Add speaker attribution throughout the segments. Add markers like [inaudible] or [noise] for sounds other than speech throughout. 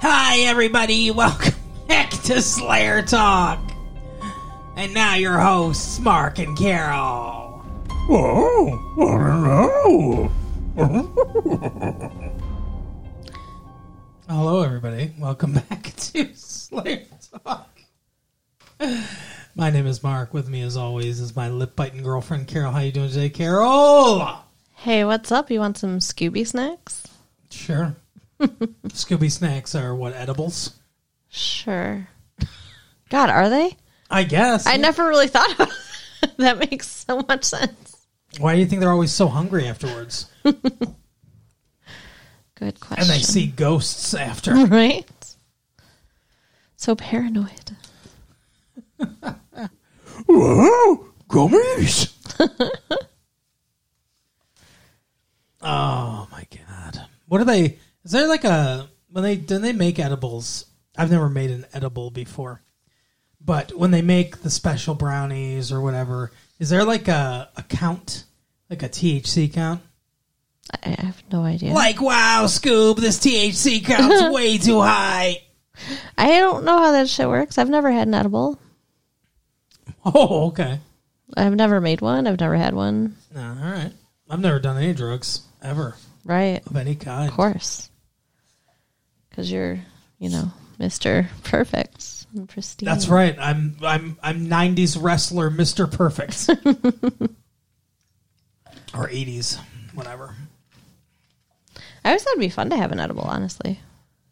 Speaker 1: Hi, everybody. Welcome back to Slayer Talk. And now your hosts, Mark and Carol. Hello, everybody. Welcome back [laughs] to Slayer Talk. My name is Mark. With me, as always, is my lip biting girlfriend, Carol. How you doing today, Carol?
Speaker 2: Hey, what's up? You want some Scooby snacks?
Speaker 1: Sure. [laughs] Scooby snacks are what edibles?
Speaker 2: Sure. [laughs] God, are they?
Speaker 1: I guess.
Speaker 2: I never really thought about that. [laughs] that makes so much sense.
Speaker 1: Why do you think they're always so hungry afterwards?
Speaker 2: Good question.
Speaker 1: And they see ghosts after.
Speaker 2: [laughs] right? So paranoid.
Speaker 1: Whoa, gummies! [laughs] oh my god! What are they? Is there like a when they do they make edibles? I've never made an edible before, but when they make the special brownies or whatever, is there like a, a count, like a THC count?
Speaker 2: I I have no idea.
Speaker 1: Like wow, Scoob, this THC count's way too high.
Speaker 2: I don't know how that shit works. I've never had an edible.
Speaker 1: Oh, okay.
Speaker 2: I've never made one. I've never had one.
Speaker 1: No, all right. I've never done any drugs ever
Speaker 2: Right.
Speaker 1: of any kind.
Speaker 2: Of course. Because you're, you know, Mr. Perfect and pristine.
Speaker 1: That's right. I'm I'm I'm 90s wrestler Mr.
Speaker 2: [laughs]
Speaker 1: Perfect. or 80s, whatever.
Speaker 2: I always thought it'd be fun to have an edible, honestly.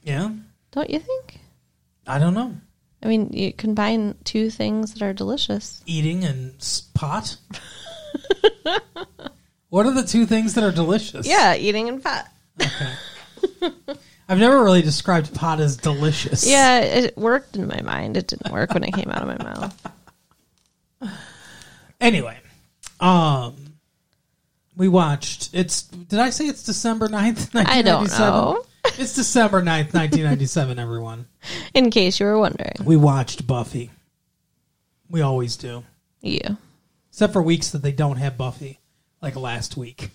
Speaker 1: Yeah.
Speaker 2: Don't you think?
Speaker 1: I don't know.
Speaker 2: I mean, you combine two things that are delicious.
Speaker 1: Eating and s-
Speaker 2: [laughs]
Speaker 1: pot. what are the two things that are delicious?
Speaker 2: Yeah, eating and pot.
Speaker 1: I've never really described pot as delicious.
Speaker 2: Yeah, it worked in my mind. It didn't work when it came out [laughs] of my mouth.
Speaker 1: Anyway, um we watched it's did I say it's December 9th, [laughs] 1997?
Speaker 2: I don't know. [laughs]
Speaker 1: It's December 9th, 1997 everyone.
Speaker 2: In case you were wondering.
Speaker 1: We watched Buffy. We always do.
Speaker 2: Yeah.
Speaker 1: except for weeks that they don't have Buffy, like last week.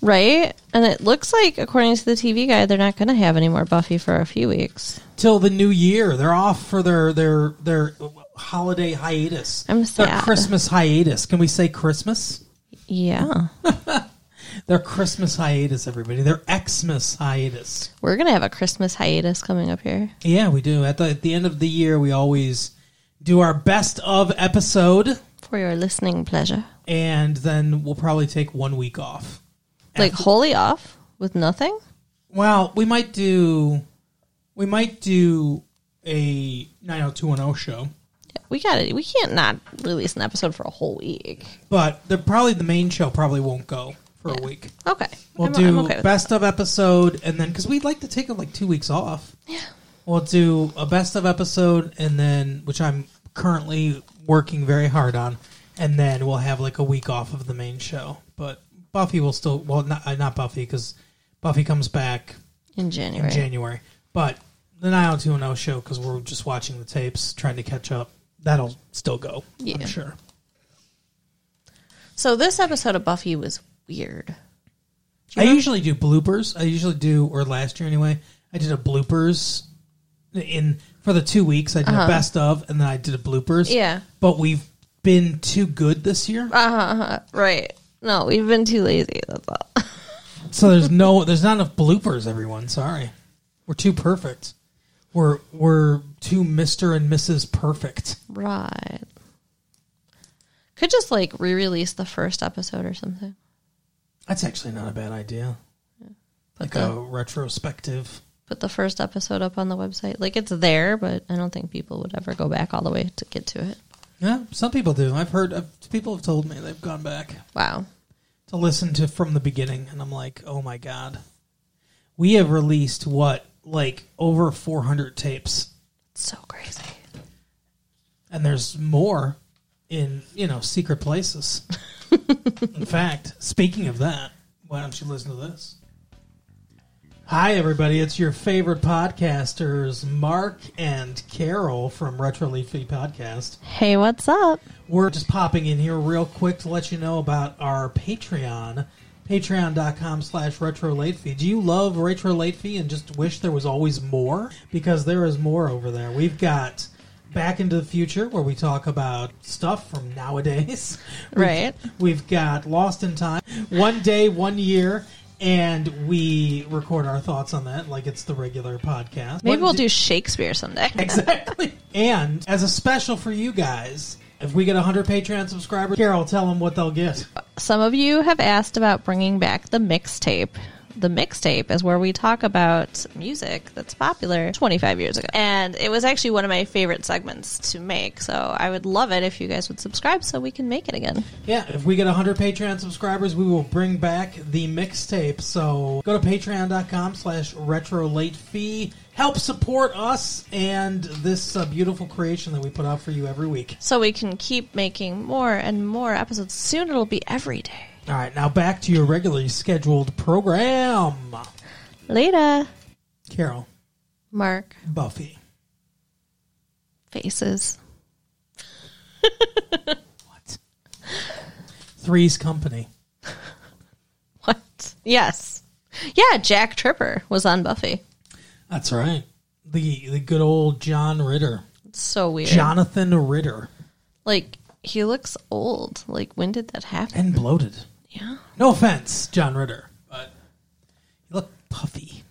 Speaker 2: Right? And it looks like, according to the TV guide, they're not going to have any more Buffy for a few weeks.
Speaker 1: Till the new year, they're off for their their their holiday hiatus.
Speaker 2: I'm
Speaker 1: Their
Speaker 2: sad.
Speaker 1: Christmas hiatus. Can we say Christmas?
Speaker 2: Yeah.
Speaker 1: Their Christmas hiatus, everybody. Their Xmas hiatus.
Speaker 2: We're going to have a Christmas hiatus coming up here.
Speaker 1: Yeah, we do. At the at the end of the year, we always do our best of episode,
Speaker 2: For your listening pleasure.
Speaker 1: and then we'll probably take one week off.
Speaker 2: Like, wholly off with nothing?
Speaker 1: Well, we might do, we might do a nine hundred two one zero show.
Speaker 2: We got to We can't not release an episode for a whole week.
Speaker 1: but the probably the main show probably won't go for a week.
Speaker 2: Okay.
Speaker 1: We'll
Speaker 2: I'm-
Speaker 1: do
Speaker 2: I'm okay with
Speaker 1: best of episode, and then because we'd like to take like two weeks off. Yeah, we'll do a best of episode, and then which I'm currently working very hard on, and then we'll have like a week off of the main show. But Buffy will still well not uh, not Buffy because Buffy comes back
Speaker 2: that. In January.
Speaker 1: in January, but the 90210 show because we're just watching the tapes trying to catch up. That'll still go.
Speaker 2: Yeah.
Speaker 1: I'm sure.
Speaker 2: So this episode of Buffy was weird.
Speaker 1: I usually do bloopers. I usually do, or last year anyway, I did a bloopers in for the two weeks. I did a best of, and then I did a bloopers.
Speaker 2: Yeah.
Speaker 1: but we've been too good this year,
Speaker 2: Right. No, we've been too lazy. That's all.
Speaker 1: so there's no, there's not enough bloopers. Everyone, sorry, we're too perfect. We're we're too Mister and Mrs. Perfect.
Speaker 2: Right. Could just like re release the first episode or something.
Speaker 1: That's actually not a bad idea.
Speaker 2: Put,
Speaker 1: Like
Speaker 2: the,
Speaker 1: a retrospective.
Speaker 2: put the first episode up on the website. Like it's there, but I don't think people would ever go back all the way to get to it.
Speaker 1: Yeah, some people do. I've heard I've, people have told me they've gone back.
Speaker 2: Wow.
Speaker 1: to listen to from the beginning and I'm like, "Oh my god. We have released what like over 400 tapes
Speaker 2: So crazy.
Speaker 1: and there's more in, you know, secret places." in fact, speaking of that, why don't you listen to this? Hi everybody, it's your favorite podcasters, Mark and Carol from Retro Leafy Podcast.
Speaker 2: Hey, what's up?
Speaker 1: We're just popping in here real quick to let you know about our Patreon patreon.com slash retro late fee. Do you love retro late fee and just wish there was always more? Because there is more over there. We've got Back into the Future, where we talk about stuff from nowadays. [laughs] We've-
Speaker 2: Right.
Speaker 1: We've got Lost in Time, One Day, One Year, and we record our thoughts on that like it's the regular podcast.
Speaker 2: Maybe
Speaker 1: What
Speaker 2: we'll
Speaker 1: di-
Speaker 2: do Shakespeare someday.
Speaker 1: Exactly. and as a special for you guys, if we get 100 Patreon subscribers, Carol, tell them what they'll get.
Speaker 2: Some of you have asked about bringing back the mixtape. The mixtape is where we talk about music that's popular 25 years ago. And it was actually one of my favorite segments to make. So I would love it if you guys would subscribe so we can make it again.
Speaker 1: Yeah, if we get 100 Patreon subscribers, we will bring back the mixtape. So go to patreon.com slash retro late fee. Help support us and this uh, beautiful creation that we put out for you every week.
Speaker 2: So we can keep making more and more episodes. Soon it'll be every day.
Speaker 1: All right, now back to your regularly scheduled program.
Speaker 2: Later.
Speaker 1: Carol,
Speaker 2: Mark.
Speaker 1: Buffy.
Speaker 2: Faces. [laughs]
Speaker 1: What? Three's Company.
Speaker 2: What? Yes. Yeah, Jack Tripper was on Buffy.
Speaker 1: That's right. The the good old John Ritter.
Speaker 2: It's so weird.
Speaker 1: Jonathan Ritter.
Speaker 2: Like, he looks old. Like, when did that happen?
Speaker 1: And bloated.
Speaker 2: Yeah.
Speaker 1: No offense, John Ritter, but you look puffy.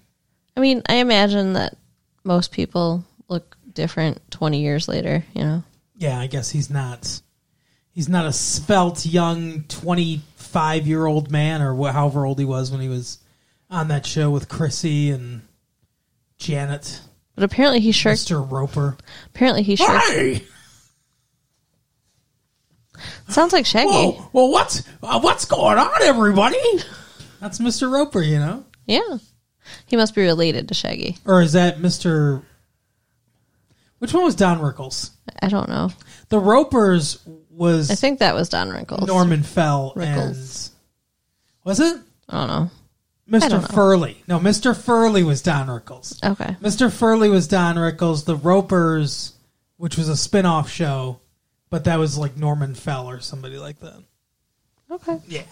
Speaker 2: I mean, I imagine that most people look different 20 years later, you know?
Speaker 1: Yeah, I guess he's not. He's not a svelte young twenty-five-year-old man, or wh- however old he was when he was on that show with Chrissy and Janet,
Speaker 2: But apparently he shirked.
Speaker 1: Mister Roper.
Speaker 2: Apparently he shirked.
Speaker 1: Hey,
Speaker 2: Sounds like Shaggy.
Speaker 1: whoa! Well, what's uh, what's going on, everybody? That's Mister Roper, you know,
Speaker 2: Yeah. He must be related to Shaggy.
Speaker 1: or is that Mister? Which one was Don Rickles?
Speaker 2: I don't know.
Speaker 1: The Ropers was
Speaker 2: I think that was Don Wrinkles.
Speaker 1: Norman Fell
Speaker 2: Rickles.
Speaker 1: and was it
Speaker 2: I don't know. don't
Speaker 1: Mr.
Speaker 2: know. Oh.
Speaker 1: Furley? No, Mr. Furley was Don Rickles.
Speaker 2: Okay.
Speaker 1: Mr. Furley was Don Rickles. The Ropers, which was a spin-off show, but that was like Norman Fell or somebody like that.
Speaker 2: Okay.
Speaker 1: Yeah.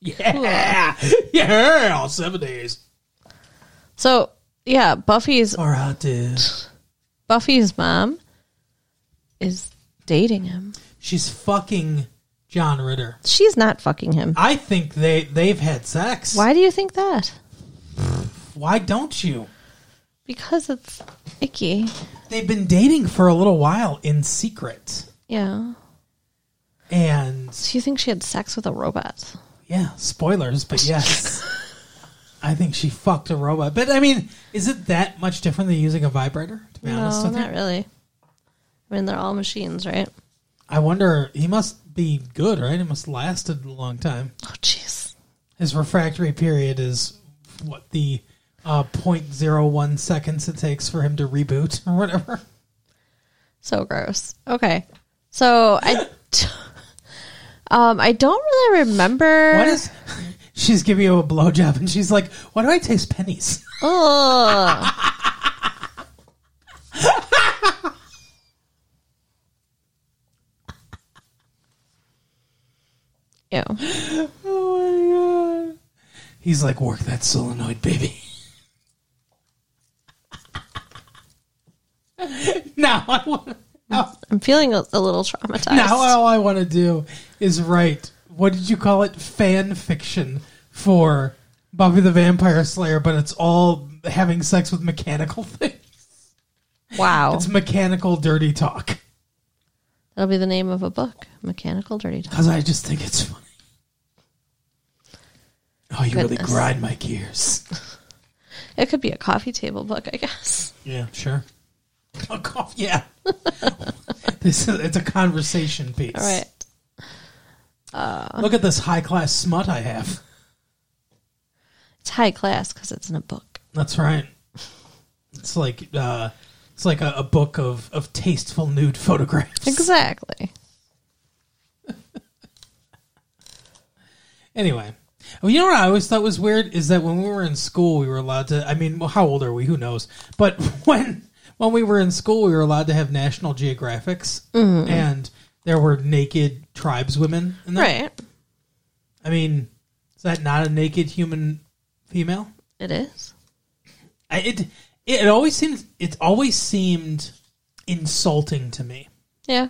Speaker 1: Yeah. [laughs] Yeah. Seventies.
Speaker 2: So, yeah, Buffy's
Speaker 1: Or hot dude.
Speaker 2: Buffy's mom is dating him.
Speaker 1: She's fucking John Ritter.
Speaker 2: She's not fucking him.
Speaker 1: I think they they've had sex.
Speaker 2: Why do you think that?
Speaker 1: Why don't you?
Speaker 2: Because it's icky.
Speaker 1: They've been dating for a little while in secret.
Speaker 2: Yeah.
Speaker 1: And
Speaker 2: Do you think she had sex with a robot?
Speaker 1: yeah, spoilers, but
Speaker 2: [laughs]
Speaker 1: yes. I think she fucked a robot. But I mean, is it that much different than using a vibrator, to be honest
Speaker 2: No,
Speaker 1: with you?
Speaker 2: not really. I mean, they're all machines, right?
Speaker 1: I wonder he must be good, right? It must have lasted a long time.
Speaker 2: Oh, jeez.
Speaker 1: His refractory period is what the uh, 0.01 seconds it takes for him to reboot or whatever.
Speaker 2: So gross. Okay. So I. [laughs] Um, I don't really remember.
Speaker 1: What is [laughs] she's giving you a blowjob and she's like, Why do I taste pennies? [laughs]
Speaker 2: Ugh. [laughs] Ew.
Speaker 1: Oh my god. He's like, work that solenoid, baby. [laughs] now I want now,
Speaker 2: I'm feeling a, a little traumatized.
Speaker 1: now uh, all I want to do is write what did you call it fan fiction for Buffy the Vampire Slayer, but it's all having sex with mechanical [laughs] things.
Speaker 2: wow.
Speaker 1: It's mechanical dirty talk
Speaker 2: That'll be the name of a book Mechanical Dirty Talk.
Speaker 1: because I just think it's funny. Oh, you really
Speaker 2: Goodness.
Speaker 1: grind my gears.
Speaker 2: It could be a coffee table book, I guess.
Speaker 1: Yeah, sure. Fuck off. Yeah. [laughs] this is, it's a conversation piece.
Speaker 2: All right. uh.
Speaker 1: Look at this high class smut I have.
Speaker 2: It's high class because it's in a book.
Speaker 1: That's right. It's like uh, it's like a, a book of, of tasteful nude photographs.
Speaker 2: Exactly.
Speaker 1: Anyway, well, you know what I always thought was weird is that when we were in school, we were allowed to. I mean, well, how old are we? Who knows? But [laughs] when when we were in school, we were allowed to have National Geographics, and there were naked tribeswomen. And that-
Speaker 2: Right.
Speaker 1: I mean, Is that not a naked human female?
Speaker 2: It is.
Speaker 1: I, it it always seems it always seemed insulting to me
Speaker 2: Yeah.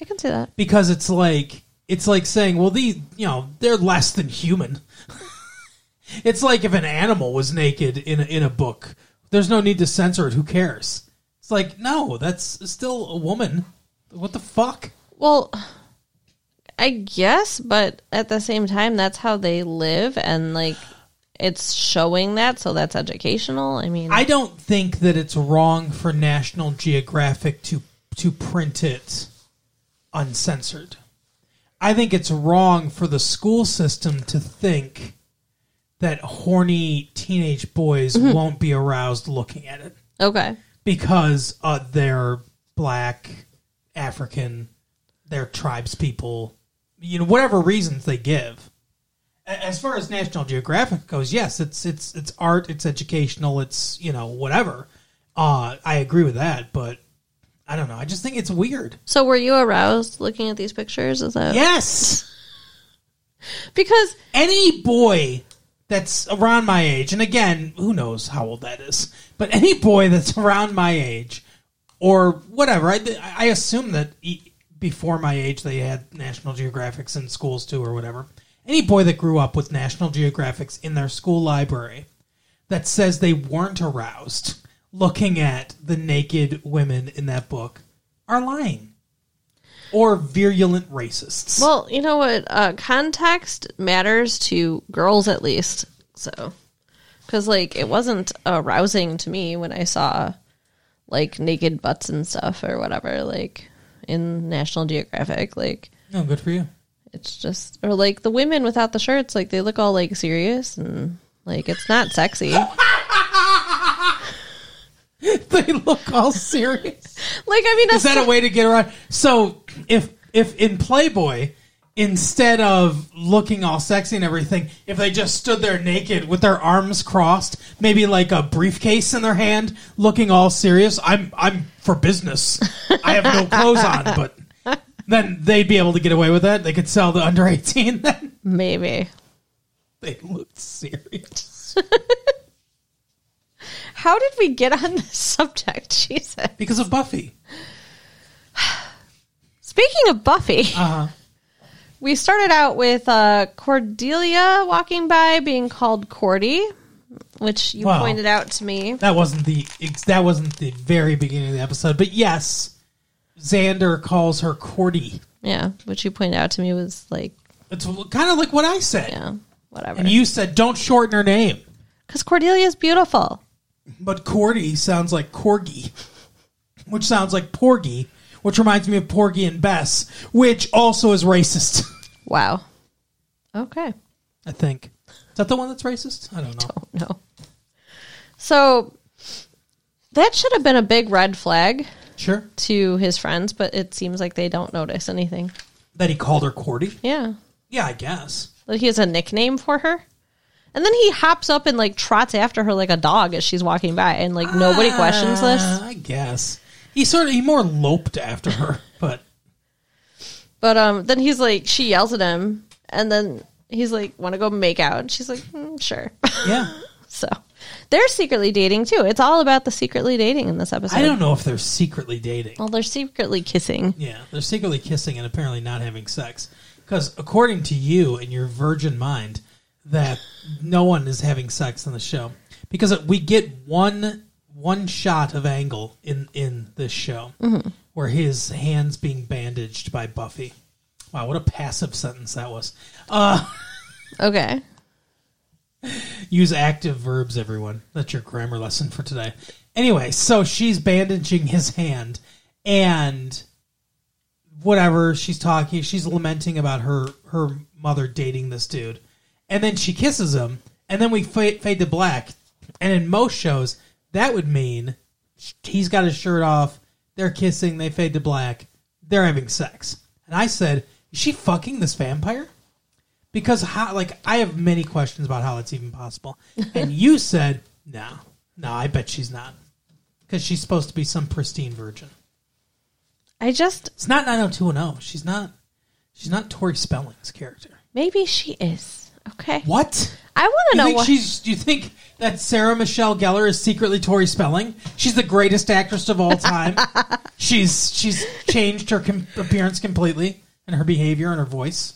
Speaker 2: I can see that.
Speaker 1: because it's like it's like saying, well, these you know they're less than human. [laughs] it's like if an animal was naked in a, in a book, there's no need to censor it. Who cares? It's like no, that's still a woman. What the fuck?
Speaker 2: Well, I guess, but at the same time, that's how they live, and like it's showing that, so that's educational. I mean,
Speaker 1: I don't think that it's wrong for National Geographic to to print it uncensored. I think it's wrong for the school system to think that horny teenage boys won't be aroused looking at it
Speaker 2: okay,
Speaker 1: because uh, they're black, African, they're tribes people, you know, whatever reasons they give. A- As far as National Geographic goes, yes, it's it's it's art, it's educational, it's you know whatever. Uh, I agree with that, but I don't know. I just think it's weird.
Speaker 2: so were you aroused looking at these pictures? Is that
Speaker 1: Yes,
Speaker 2: because
Speaker 1: any boy that's around my age, and again, who knows how old that is, but any boy that's [laughs] around my age or whatever, I, I assume that e- before my age they had National Geographics in schools too or whatever. Any boy that grew up with National Geographics in their school library that says they weren't aroused looking at the naked women in that book are lying or virulent racists.
Speaker 2: well, you know what? Uh, context matters to girls at least, so because like it wasn't arousing to me when I saw like naked butts and stuff or whatever, like in National Geographic, like.
Speaker 1: no, good for you.
Speaker 2: It's just or like the women without the shirts, like they look all like serious and like it's not
Speaker 1: [laughs]
Speaker 2: sexy. like
Speaker 1: [laughs] they look all serious.
Speaker 2: I mean,
Speaker 1: Is that a way to get around? So if if in Playboy, instead of looking all sexy and everything, if they just stood there naked with their arms crossed, maybe like a briefcase in their hand, looking all serious, I'm I'm for business. I have no clothes on, but then they'd be able to get away with that. They could sell the under eighteen. [laughs] Then
Speaker 2: [laughs] maybe?
Speaker 1: they looked serious
Speaker 2: How did we get on this [laughs] subject? Jesus.
Speaker 1: because of Buffy.
Speaker 2: Speaking of Buffy,
Speaker 1: Uh huh.
Speaker 2: we started out with uh, Cordelia walking by being called Cordy, which you
Speaker 1: Wow.
Speaker 2: pointed out to me.
Speaker 1: That wasn't the ex- that wasn't the very beginning of the episode, but yes, Xander calls her Cordy.
Speaker 2: Yeah, which you pointed out to me was like,
Speaker 1: It's kind of like what I said,
Speaker 2: yeah, whatever.
Speaker 1: and you said don't shorten her name,
Speaker 2: Because Cordelia is beautiful.
Speaker 1: but Cordy sounds like corgi, which sounds like porgy, which reminds me of Porgy and Bess, which also is racist. [laughs]
Speaker 2: Wow. Okay. [laughs]
Speaker 1: I think is that the one that's racist? I don't know.
Speaker 2: Oh no. So that should have been a big red flag
Speaker 1: Sure,
Speaker 2: to his friends, but it seems like they don't notice anything.
Speaker 1: that he called her Cordy.
Speaker 2: Yeah.
Speaker 1: Yeah, I guess.
Speaker 2: Like he has a nickname for her. And then he hops up and like trots after her like a dog as she's walking by and like nobody questions this.
Speaker 1: Uh, I guess he sort of he more loped after her, but
Speaker 2: But um then he's like she yells at him and then he's like wanna go make out and she's like mm, sure. [laughs]
Speaker 1: yeah.
Speaker 2: so they're secretly dating too. It's all about the secretly dating in this episode.
Speaker 1: I don't know if they're secretly dating.
Speaker 2: well, they're secretly kissing.
Speaker 1: Yeah, they're secretly kissing and apparently not having sex. Because according to you and your virgin mind, that no one is having sex on the show. Because we get one one shot of Angle in in this show, where his hands being bandaged by Buffy. Wow, what a passive sentence that was.
Speaker 2: Okay.
Speaker 1: Use active verbs, everyone. That's your grammar lesson for today. Anyway, so she's bandaging his hand and whatever she's talking, she's lamenting about her her mother dating this dude. And then she kisses him, and then we fade, fade to black. And in most shows, that would mean he's got his shirt off, they're kissing, they fade to black, they're having sex. And I said, "Is she fucking this vampire?" because how like I have many questions about how that's even possible.
Speaker 2: [laughs]
Speaker 1: And you said no, no, I bet she's not because she's supposed to be some pristine virgin.
Speaker 2: I just
Speaker 1: It's oh not 90210. She's not. She's not Tori Spelling's character.
Speaker 2: maybe she is. Okay.
Speaker 1: What?
Speaker 2: I want to
Speaker 1: You
Speaker 2: know
Speaker 1: think
Speaker 2: what.
Speaker 1: she's? Do you think that Sarah Michelle Gellar is secretly Tori Spelling? She's the greatest actress of all
Speaker 2: [laughs]
Speaker 1: time. she's she's changed her com- appearance completely and her behavior and her voice.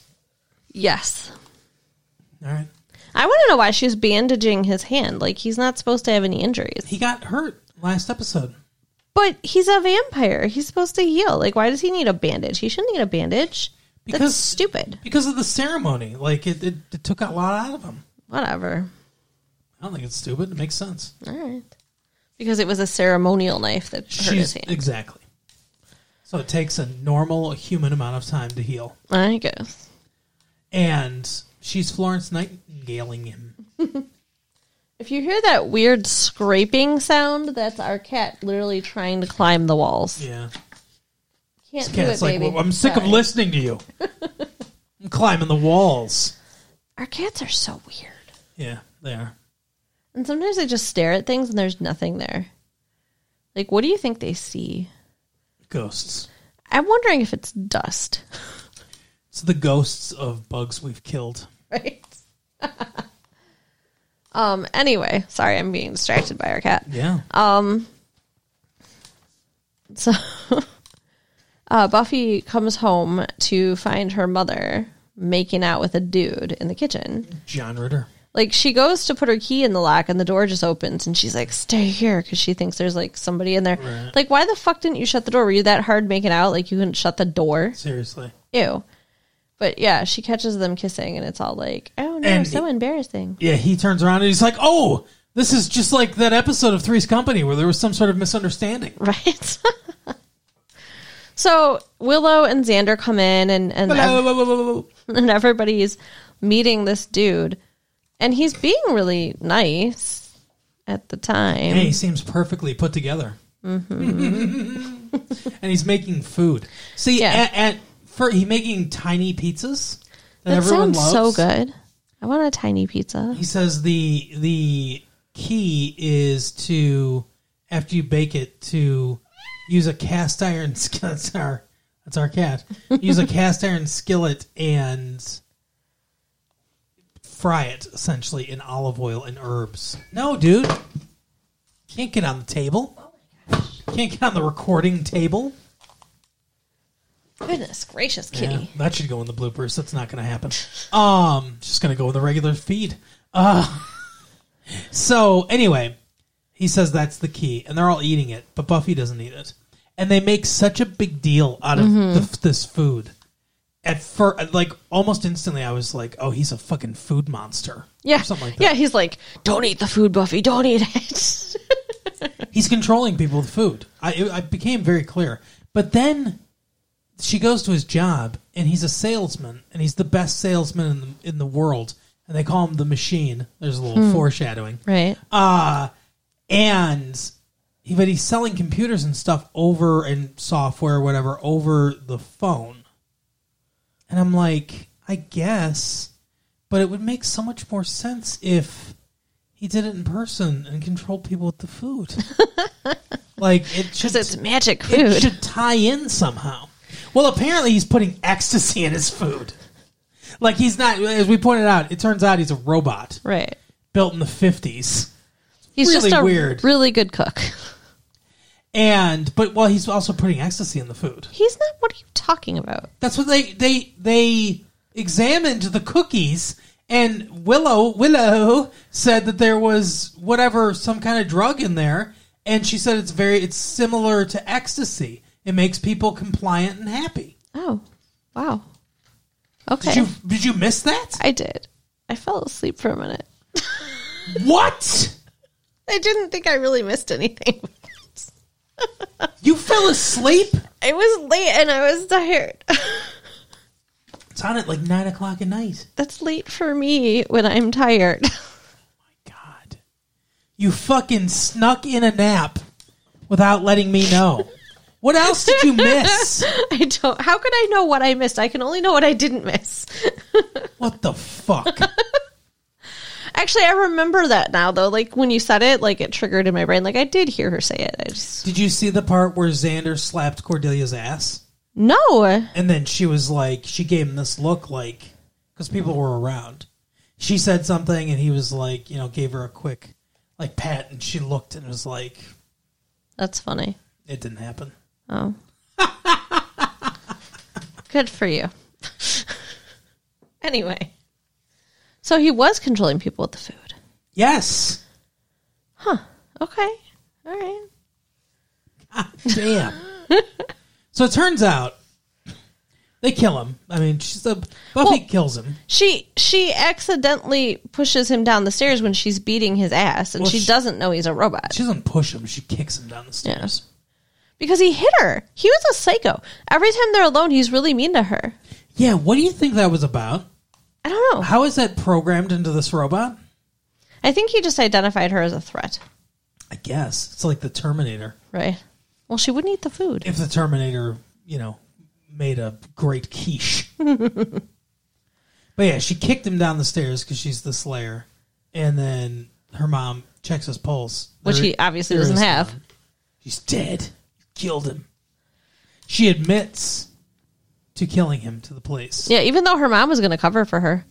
Speaker 2: yes.
Speaker 1: All right,
Speaker 2: I want to know why she's bandaging his hand. Like, he's not supposed to have any injuries.
Speaker 1: he got hurt last episode.
Speaker 2: But he's a vampire. He's supposed to heal. Like, why does he need a bandage? He shouldn't need a bandage. That's
Speaker 1: Because-
Speaker 2: stupid.
Speaker 1: Because of the ceremony, like it, it, it took a lot out of him.
Speaker 2: Whatever.
Speaker 1: I don't think it's stupid. It makes sense.
Speaker 2: All right. Because it was a ceremonial knife that hurt his
Speaker 1: She's
Speaker 2: hand.
Speaker 1: exactly. So it takes a normal human amount of time to heal,
Speaker 2: I guess.
Speaker 1: and she's Florence Nightingale-ing him.
Speaker 2: If you hear that weird scraping sound, that's our cat literally trying to climb the walls.
Speaker 1: Yeah.
Speaker 2: Can't do
Speaker 1: cat's
Speaker 2: it,
Speaker 1: like,
Speaker 2: baby.
Speaker 1: "Well, I'm sick of
Speaker 2: Sorry.
Speaker 1: listening to
Speaker 2: [laughs]
Speaker 1: you. I'm climbing the walls.
Speaker 2: Our cats are so weird.
Speaker 1: Yeah, they are.
Speaker 2: And sometimes they just stare at things and there's nothing there. Like, what do you think they see?
Speaker 1: Ghosts.
Speaker 2: I'm wondering if it's dust.
Speaker 1: It's the ghosts of bugs we've killed.
Speaker 2: [laughs] Right. um. Anyway, sorry, I'm being distracted by our cat. Um,
Speaker 1: Yeah.
Speaker 2: So, [laughs] uh, Buffy comes home to find her mother making out with a dude in the kitchen.
Speaker 1: John Ritter.
Speaker 2: Like, she goes to put her key in the lock and the door just opens and she's like, stay here because she thinks there's like somebody in there.
Speaker 1: Right.
Speaker 2: Like, why the fuck didn't you shut the door? Were you that hard making out? Like, you couldn't shut the door?
Speaker 1: Seriously.
Speaker 2: Ew. But yeah, she catches them kissing and it's all like, oh no,
Speaker 1: And-
Speaker 2: so embarrassing.
Speaker 1: Yeah, he turns around and he's like, oh, this is just like that episode of Three's Company where there was some sort of misunderstanding.
Speaker 2: Right. [laughs] so Willow and Xander come in and and, ev-
Speaker 1: [laughs]
Speaker 2: [laughs] and everybody's meeting this dude and he's being really nice at the time.
Speaker 1: Hey, he seems perfectly put together. [laughs] and he's making food. See,
Speaker 2: Mm-hmm. Yeah.
Speaker 1: at, at for he making tiny pizzas that,
Speaker 2: that
Speaker 1: everyone
Speaker 2: sounds
Speaker 1: loves.
Speaker 2: so good. I want a tiny pizza.
Speaker 1: He says the the key is to after you bake it to use a cast iron [laughs] skillet. That's our that's our cat. Use a cast iron skillet and fry it essentially in olive oil and herbs. No, dude, can't get on the table. Can't get on the recording table.
Speaker 2: Goodness gracious, kitty.
Speaker 1: Yeah, that should go in the bloopers. That's not going to happen. Um, just going to go in the regular feed. Uh, [laughs] so anyway, he says that's the key, and they're all eating it, but Buffy doesn't eat it, and they make such a big deal out of
Speaker 2: Mm-hmm.
Speaker 1: the, this food. At first, like almost instantly, I was like, "Oh, he's a fucking food monster."
Speaker 2: Yeah.
Speaker 1: or something like that.
Speaker 2: yeah, he's like, don't eat the food, Buffy. Don't eat it. [laughs]
Speaker 1: he's controlling people with food. I it, I became very clear. But then she goes to his job, and he's a salesman, and he's the best salesman in the, in the world. And they call him the machine. There's a little foreshadowing.
Speaker 2: right.
Speaker 1: And he, but he's selling computers and stuff over and software, or whatever, over the phone. And I'm like, I guess, but it would make so much more sense if he did it in person and controlled people with the
Speaker 2: [laughs]
Speaker 1: food. like it
Speaker 2: Because
Speaker 1: should
Speaker 2: it's magic
Speaker 1: Um, it
Speaker 2: food.
Speaker 1: should tie in somehow. Well, apparently he's putting ecstasy in his food. Like he's not, as we pointed out, it turns out he's a robot
Speaker 2: [laughs] Right.
Speaker 1: built in the 50s.
Speaker 2: He's
Speaker 1: Really
Speaker 2: just a
Speaker 1: weird.
Speaker 2: really good cook. [laughs]
Speaker 1: And, but well, he's also putting ecstasy in the food.
Speaker 2: He's not. What are you talking about?
Speaker 1: That's what they, they, they examined the cookies and Willow, Willow said that there was whatever, some kind of drug in there. And she said it's very, it's similar to ecstasy. It makes people compliant and happy.
Speaker 2: Oh, wow. Okay,
Speaker 1: Did you, did you miss that?
Speaker 2: I did. I fell asleep for a minute.
Speaker 1: What?
Speaker 2: I didn't think I really missed anything. [laughs]
Speaker 1: You fell asleep?
Speaker 2: It was late and I was tired. [laughs]
Speaker 1: It's on at like nine o'clock at night.
Speaker 2: That's late for me when I'm tired. [laughs]
Speaker 1: God. You fucking snuck in a nap without letting me know. What else did you miss?
Speaker 2: I don't. How could I know what I missed? I can only know what I didn't miss.
Speaker 1: What the fuck?
Speaker 2: Actually, I remember that now though. Like when you said it, like it triggered in my brain. Like I did hear her say it. I just
Speaker 1: Did you see the part where Xander slapped Cordelia's ass?
Speaker 2: no.
Speaker 1: And then she was like, she gave him this look like, because people were around. she said something, and he was like, you know, gave her a quick like pat, and she looked and was like,
Speaker 2: That's funny.
Speaker 1: it didn't happen.
Speaker 2: [laughs] Oh. Good for you. [laughs] anyway. So he was controlling people with the food.
Speaker 1: Yes.
Speaker 2: Okay. All right.
Speaker 1: Damn. [laughs] so it turns out they kill him. I mean, she's the Buffy
Speaker 2: Well-
Speaker 1: kills him.
Speaker 2: She she accidentally pushes him down the stairs when she's beating his ass and
Speaker 1: Well,
Speaker 2: she
Speaker 1: she-
Speaker 2: doesn't know he's a robot.
Speaker 1: She doesn't push him. She kicks him down the stairs.
Speaker 2: Because he hit her. He was a psycho. Every time they're alone, he's really mean to her.
Speaker 1: Yeah. What do you think that was about?
Speaker 2: I don't know.
Speaker 1: How is that programmed into this robot?
Speaker 2: I think he just identified her as a threat,
Speaker 1: I guess it's like the Terminator.
Speaker 2: right? Well, she wouldn't eat the food.
Speaker 1: If the Terminator, you know, made a great quiche. but yeah, she kicked him down the stairs because she's the Slayer, and then her mom checks his pulse,
Speaker 2: Which
Speaker 1: There-
Speaker 2: he obviously
Speaker 1: there
Speaker 2: doesn't
Speaker 1: is
Speaker 2: have.
Speaker 1: none. He's dead. You killed him. She admits to killing him to the police.
Speaker 2: Yeah, even though her mom was going to cover for her,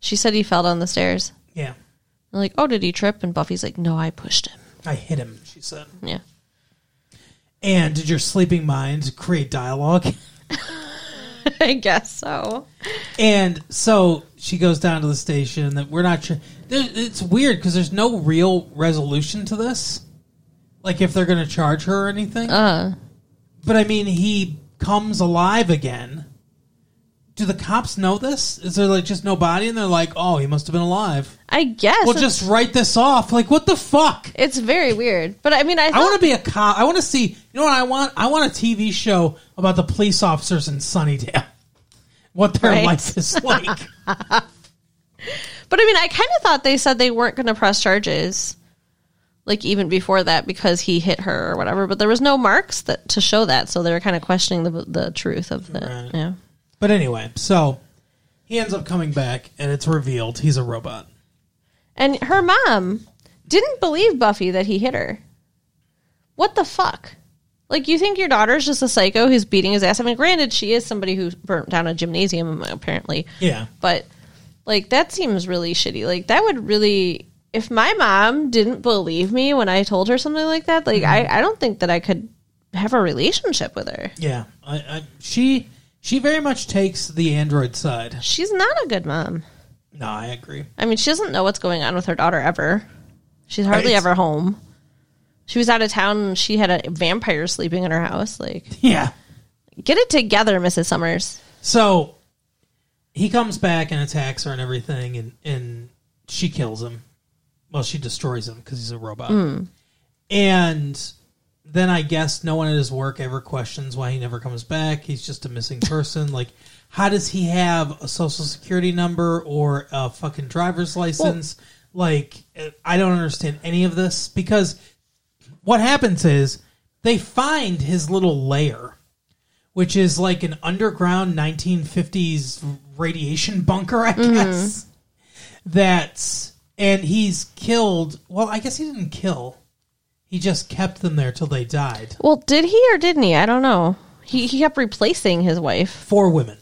Speaker 2: she said he fell down the stairs.
Speaker 1: yeah,
Speaker 2: They're like, oh, did he trip? And Buffy's like, no, I pushed him.
Speaker 1: I hit him. She said.
Speaker 2: Yeah. [laughs]
Speaker 1: And did your sleeping mind create dialogue?
Speaker 2: I guess so.
Speaker 1: And so she goes down to the station. That we're not sure. There, it's weird because there's no real resolution to this. Like if they're going to charge her or anything.
Speaker 2: Uh,
Speaker 1: but I mean, he comes alive again. Do the cops know this? Is there like just no body, and they're like, "Oh, he must have been alive."
Speaker 2: I guess.
Speaker 1: We'll
Speaker 2: it's,
Speaker 1: just write this off. Like, what the fuck?
Speaker 2: it's very weird. But I mean, I,
Speaker 1: I
Speaker 2: thought,
Speaker 1: want to be a cop. I want to see. You know what I want? I want a TV show about the police officers in Sunnydale. [laughs] What their
Speaker 2: Right.
Speaker 1: life is like.
Speaker 2: but I mean, I kind of thought they said they weren't going to press charges, like even before that, because he hit her or whatever. But there was no marks that to show that, so they were kind of questioning the the truth of the
Speaker 1: Right.
Speaker 2: yeah.
Speaker 1: But anyway, so he ends up coming back, and it's revealed he's a robot.
Speaker 2: And her mom didn't believe Buffy that he hit her. What the fuck? Like, you think your daughter's just a psycho who's beating his ass? I mean, granted, she is somebody who burnt down a gymnasium, apparently.
Speaker 1: Yeah,
Speaker 2: But, like, that seems really shitty. Like, that would really. If my mom didn't believe me when I told her something like that, like, I, I don't think that I could have a relationship with her.
Speaker 1: yeah. I, I, she she very much takes the android side.
Speaker 2: She's not a good mom.
Speaker 1: No, I agree.
Speaker 2: I mean, she doesn't know what's going on with her daughter ever. She's hardly
Speaker 1: Right.
Speaker 2: ever home. She was out of town and she had a vampire sleeping in her house. Like,
Speaker 1: Yeah.
Speaker 2: get it together, Mrs. Summers.
Speaker 1: So he comes back and attacks her and everything, and and she kills him. Well, she destroys him because he's a robot. And then I guess no one at his work ever questions why he never comes back. He's just a missing person. like, how does he have a social security number or a fucking driver's license? like, I don't understand any of this because what happens is they find his little lair, which is like an underground 1950s radiation bunker, I guess. That's and he's killed. Well, I guess he didn't kill. He just kept them there till they died.
Speaker 2: Well, did he or didn't he? I don't know. He, he kept replacing his wife.
Speaker 1: Four women.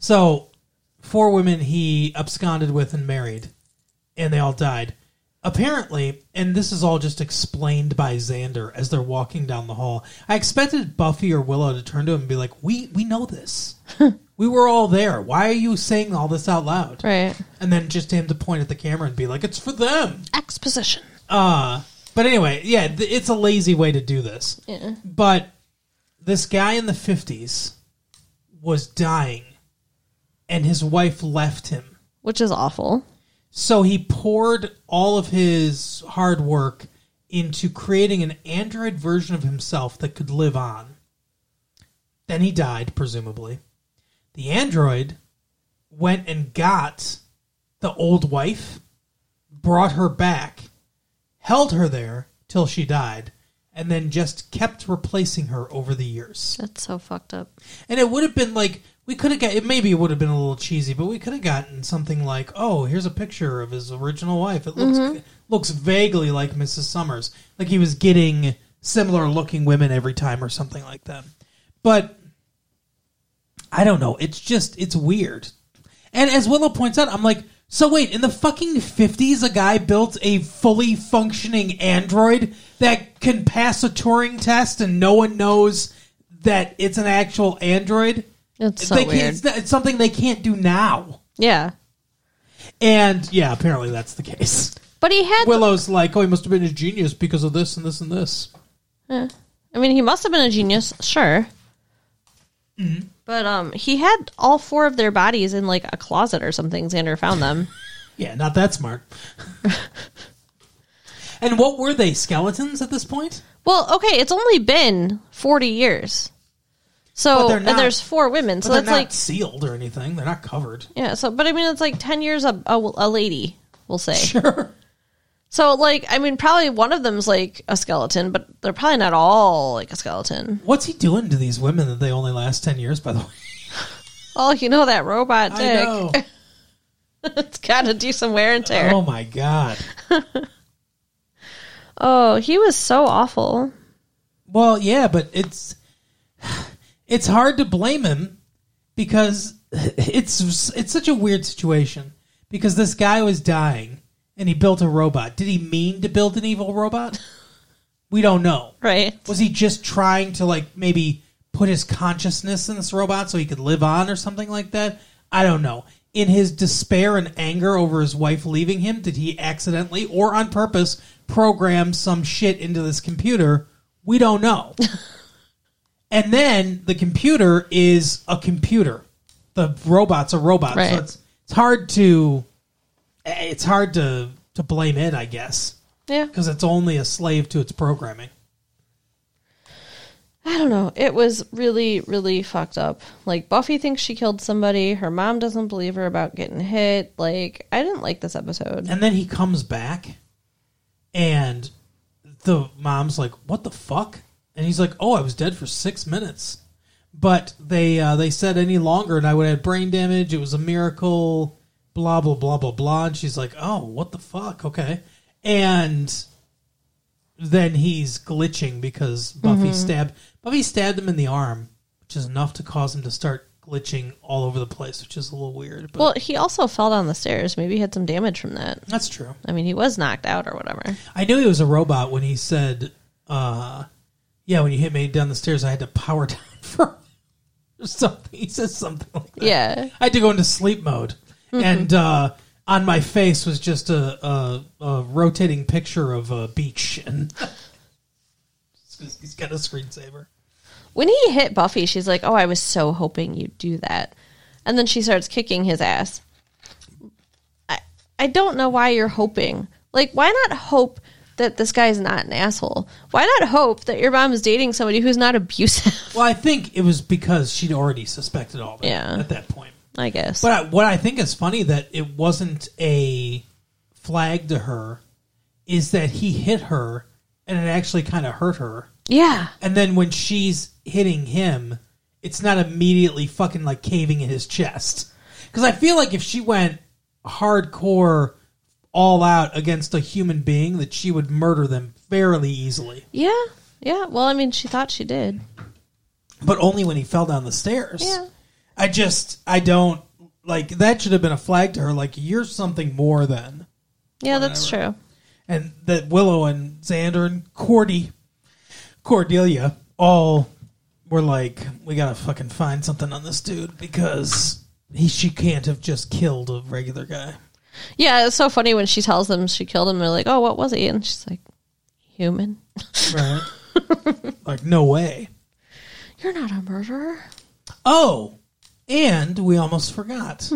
Speaker 1: So, four women he absconded with and married, and they all died. Apparently, and this is all just explained by Xander as they're walking down the hall. I expected Buffy or Willow to turn to him and be like, "We we know this. we were all there. Why are you saying all this out loud?"
Speaker 2: Right.
Speaker 1: And then just him to point at the camera and be like, "It's for them."
Speaker 2: Exposition.
Speaker 1: Uh, but anyway, yeah, th- it's a lazy way to do this.
Speaker 2: Yeah.
Speaker 1: But this guy in the 50s was dying, and his wife left him.
Speaker 2: Which is awful.
Speaker 1: So he poured all of his hard work into creating an android version of himself that could live on. Then he died, presumably. The android went and got the old wife, brought her back, held her there till she died, and then just kept replacing her over the years.
Speaker 2: That's so fucked up.
Speaker 1: And it would have been like we could have got it maybe it would have been a little cheesy, but we could have gotten something like, "Oh, here's a picture of his original wife. It looks looks vaguely like Mrs. Summers. Like he was getting similar looking women every time or something like that." But I don't know. It's just it's weird. And as Willow points out, I'm like, So wait, in the fucking fifties, a guy built a fully functioning android that can pass a Turing test, and no one knows that it's an actual android.
Speaker 2: That's so
Speaker 1: they Can't,
Speaker 2: weird.
Speaker 1: it's, not- it's something they can't do now.
Speaker 2: Yeah.
Speaker 1: And yeah, apparently that's the case.
Speaker 2: But he had.
Speaker 1: Willow's like, oh, he must have been a genius because of this and this and this.
Speaker 2: I mean, he must have been a genius, sure.
Speaker 1: Mm-hmm.
Speaker 2: But um, he had all four of their bodies in like a closet or something. Xander found them.
Speaker 1: Yeah, not that smart. [laughs] and what were they? Skeletons at this point?
Speaker 2: well, okay, it's only been forty years.
Speaker 1: But
Speaker 2: So
Speaker 1: they're
Speaker 2: and
Speaker 1: not-
Speaker 2: there's four women.
Speaker 1: But
Speaker 2: So
Speaker 1: they're
Speaker 2: that's
Speaker 1: not
Speaker 2: like
Speaker 1: sealed or anything. They're not
Speaker 2: [laughs]
Speaker 1: covered.
Speaker 2: yeah. So but I mean, it's like ten years a a, a lady. We'll say.
Speaker 1: Sure.
Speaker 2: So, like, I mean, probably one of them's like a skeleton, but they're probably not all like a skeleton.
Speaker 1: What's he doing to these women that they only last 10 years, by the way?
Speaker 2: Oh, you know that robot
Speaker 1: I know.
Speaker 2: dick. [laughs] it's got to do some wear and tear.
Speaker 1: Oh
Speaker 2: Oh.
Speaker 1: my God.
Speaker 2: Oh, he was so awful.
Speaker 1: Well, yeah, but it's it's hard to blame him because it's it's such a weird situation because this guy was dying and he built a robot. Did he mean to build an evil robot? We don't know.
Speaker 2: Right.
Speaker 1: Was he just trying to like maybe put his consciousness in this robot so he could live on or something like that? I don't know. In his despair and anger over his wife leaving him, did he accidentally or on purpose program some shit into this computer? We don't know. and then the computer is a computer. The robot's a robot.
Speaker 2: Right.
Speaker 1: So it's it's hard to it's hard to to blame it, I guess,
Speaker 2: Yeah.
Speaker 1: because it's only a slave to its programming.
Speaker 2: I don't know. It was really, really fucked up. Like, Buffy thinks she killed somebody. Her mom doesn't believe her about getting hit. Like, I didn't like this episode.
Speaker 1: And then he comes back, and the mom's like, "What the fuck?" And he's like, "Oh, I was dead for six minutes, but they uh, they said any longer, and I would have had brain damage. It was a miracle." Blah blah blah blah blah. And she's like, "Oh, what the fuck? Okay." And then he's glitching because Buffy stabbed Buffy stabbed him in the arm, which is enough to cause him to start glitching all over the place, which is a little weird. But
Speaker 2: Well, he also fell down the stairs. Maybe he had some damage from that.
Speaker 1: that's true.
Speaker 2: I mean, he was knocked out or whatever.
Speaker 1: I knew he was a robot when he said, uh, "Yeah, when you hit me down the stairs, I had to power [laughs] down for or something." He says something like that.
Speaker 2: Yeah.
Speaker 1: I had to go into sleep mode, and uh, on my face was just a, a, a rotating picture of a beach, [laughs] and he's got a screensaver.
Speaker 2: When he hit Buffy, she's like, "Oh, I was so hoping you'd do that," and then she starts kicking his ass. I I don't know why you're hoping. Like, why not hope that this guy's not an asshole? Why not hope that your mom is dating somebody who's not abusive? [laughs]
Speaker 1: Well, I think it was because she'd already suspected all that
Speaker 2: Yeah.
Speaker 1: at that point.
Speaker 2: I guess.
Speaker 1: But I, what I think is funny that it wasn't a flag to her is that he hit her and it actually kind of hurt her.
Speaker 2: yeah,
Speaker 1: And then when she's hitting him, it's not immediately fucking like caving in his chest. Because I feel like if she went hardcore all out against a human being, that she would murder them fairly easily.
Speaker 2: yeah, yeah. Well, I mean, she thought she did.
Speaker 1: but only when he fell down the stairs.
Speaker 2: Yeah.
Speaker 1: I just I don't like that should have been a flag to her like you're something more than
Speaker 2: Yeah, that's true.
Speaker 1: and that Willow and Xander and Cordy Cordelia all were like we got to fucking find something on this dude because he she can't have just killed a regular guy.
Speaker 2: Yeah, it's so funny when she tells them she killed him. They're like, "Oh, what was he?" And she's like, "Human. [laughs]
Speaker 1: Right? like no way.
Speaker 2: You're not a murderer."
Speaker 1: Oh, and we almost forgot.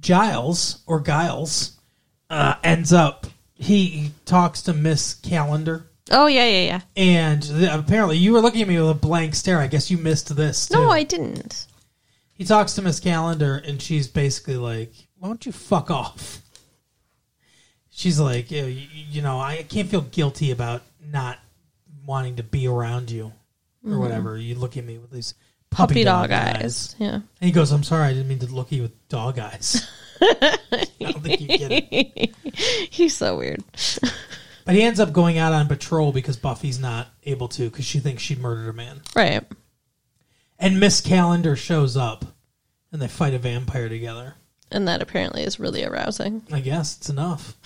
Speaker 1: Giles or Giles uh, ends up. He, he talks to Miss Calendar,
Speaker 2: Oh yeah, yeah, yeah.
Speaker 1: and th- apparently you were looking at me with a blank stare. I guess you missed this. Too.
Speaker 2: No, I didn't.
Speaker 1: He talks to Miss Calendar, and she's basically like, "Why don't you fuck off?" She's like, "Yeah, you, you know, I can't feel guilty about not wanting to be around you, or whatever." You look at me with these Mm-hmm. puppy,
Speaker 2: puppy
Speaker 1: dog,
Speaker 2: dog eyes. Yeah.
Speaker 1: And he goes, I'm sorry, I didn't mean to look at you with dog [laughs] eyes. I don't think you get it.
Speaker 2: [laughs] He's so weird. [laughs]
Speaker 1: But he ends up going out on patrol because Buffy's not able to because she thinks she murdered a man.
Speaker 2: Right.
Speaker 1: And Miss Calendar shows up and they fight a vampire together.
Speaker 2: And that apparently is really arousing
Speaker 1: I guess it's enough.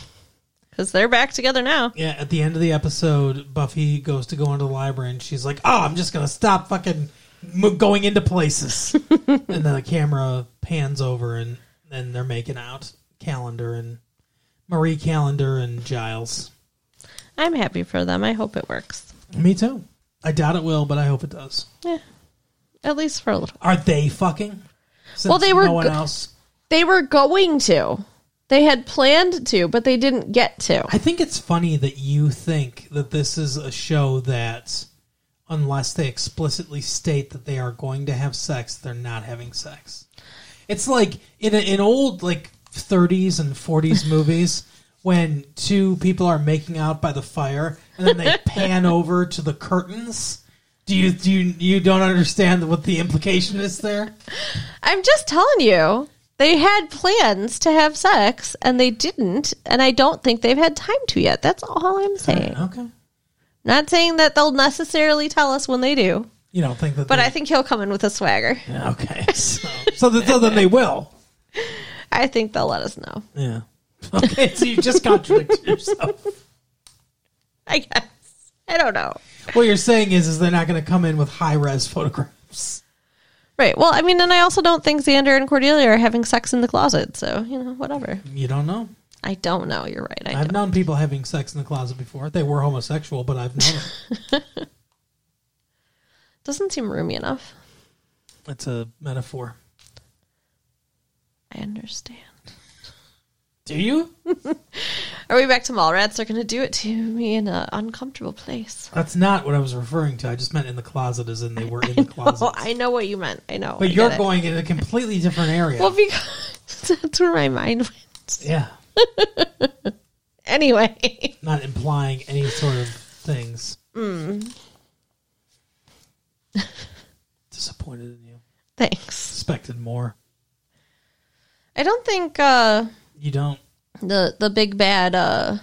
Speaker 2: because they're back together now.
Speaker 1: Yeah, at the end of the episode, Buffy goes to go into the library and she's like, "Oh, I'm just gonna stop fucking m- going into
Speaker 2: [laughs]
Speaker 1: places." and then the camera pans over and and they're making out Calendar and Marie Calendar and Giles.
Speaker 2: I'm happy for them. I hope it works.
Speaker 1: Me too. I doubt it will, but I hope it does.
Speaker 2: Yeah. At least for a little.
Speaker 1: Are they fucking? Since
Speaker 2: Well, they were
Speaker 1: no one
Speaker 2: go-
Speaker 1: else.
Speaker 2: They were going to. They had planned to, but they didn't get to.
Speaker 1: I think it's funny that you think that this is a show that, unless they explicitly state that they are going to have sex, they're not having sex. It's like in a, in old like 30s and 40s movies when two people are making out by the fire and then they pan over to the curtains. Do you do you, you don't understand what the implication is there?
Speaker 2: I'm just telling you. They had plans to have sex and they didn't, and I don't think they've had time to yet. That's all I'm saying.
Speaker 1: Okay.
Speaker 2: Not saying that they'll necessarily tell us when they do,
Speaker 1: You don't think that
Speaker 2: but
Speaker 1: they-
Speaker 2: I think he'll come in with a swagger.
Speaker 1: [laughs] Okay. So, so, th- so then they will.
Speaker 2: I think they'll let us know.
Speaker 1: Yeah. [laughs] Okay, so you just [laughs] contradicted yourself.
Speaker 2: I guess. I don't know.
Speaker 1: What you're saying is, is they're not going to come in with high res photographs.
Speaker 2: Right. Well, I mean, and I also don't think Xander and Cordelia are having sex in the closet, so, you know, whatever.
Speaker 1: You don't know.
Speaker 2: I don't know. You're right. I
Speaker 1: I've
Speaker 2: don't.
Speaker 1: known people having sex in the closet before. They were homosexual, but I've known it.
Speaker 2: Doesn't seem roomy enough.
Speaker 1: It's a metaphor.
Speaker 2: I understand.
Speaker 1: Do you?
Speaker 2: Are we back to Mallrats? They're going to do it to me in an uncomfortable place.
Speaker 1: That's not what I was referring to. I just meant in the closet, as in they were [laughs] in the closet.
Speaker 2: Oh, I know what you meant. I know. I
Speaker 1: but
Speaker 2: get
Speaker 1: you're
Speaker 2: it.
Speaker 1: going in a completely different area.
Speaker 2: Well, because [laughs] that's where my mind went.
Speaker 1: yeah,
Speaker 2: Anyway, [laughs]
Speaker 1: not implying any sort of things. Hmm. Disappointed in you.
Speaker 2: thanks.
Speaker 1: Expected more.
Speaker 2: I don't think uh,
Speaker 1: You don't.
Speaker 2: the the big bad. Uh,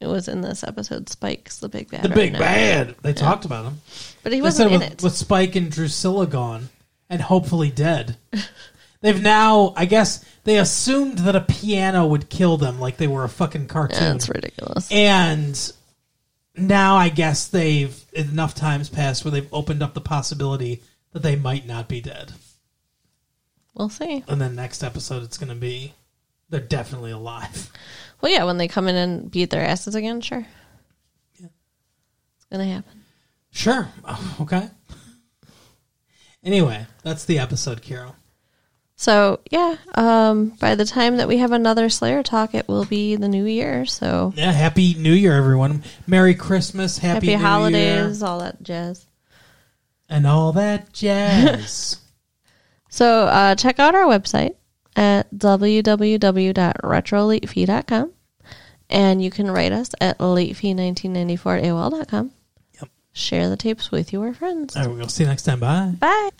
Speaker 2: it was in this episode. Spike's the big bad.
Speaker 1: The
Speaker 2: right
Speaker 1: big
Speaker 2: now.
Speaker 1: bad. They talked about him.
Speaker 2: but he
Speaker 1: They said
Speaker 2: wasn't in
Speaker 1: with,
Speaker 2: it.
Speaker 1: with Spike and Drusilla gone and hopefully
Speaker 2: [laughs]
Speaker 1: dead. They've now, I guess, they assumed that a piano would kill them, like they were a fucking cartoon.
Speaker 2: That's ridiculous.
Speaker 1: And now, I guess they've enough times passed where they've opened up the possibility that they might not be dead.
Speaker 2: We'll see.
Speaker 1: And then next episode, it's going to be they're definitely alive. [laughs]
Speaker 2: Well, yeah, when they come in and beat their asses again, sure. Yeah, it's gonna happen.
Speaker 1: Sure. Oh, Okay. Anyway, that's the episode, Carol.
Speaker 2: So yeah, um, by the time that we have another Slayer talk, it will be the new year. So
Speaker 1: Yeah, happy New Year, everyone. Merry Christmas, happy,
Speaker 2: happy,
Speaker 1: New
Speaker 2: holidays,
Speaker 1: Year,
Speaker 2: all that jazz.
Speaker 1: and all that
Speaker 2: [laughs]
Speaker 1: jazz.
Speaker 2: So uh, check out our website at www.retrolatefee.com, and you can write us at latefee1994 at AOL.com.
Speaker 1: Yep.
Speaker 2: Share the tapes with your friends.
Speaker 1: all right, we'll see you next time. Bye.
Speaker 2: Bye.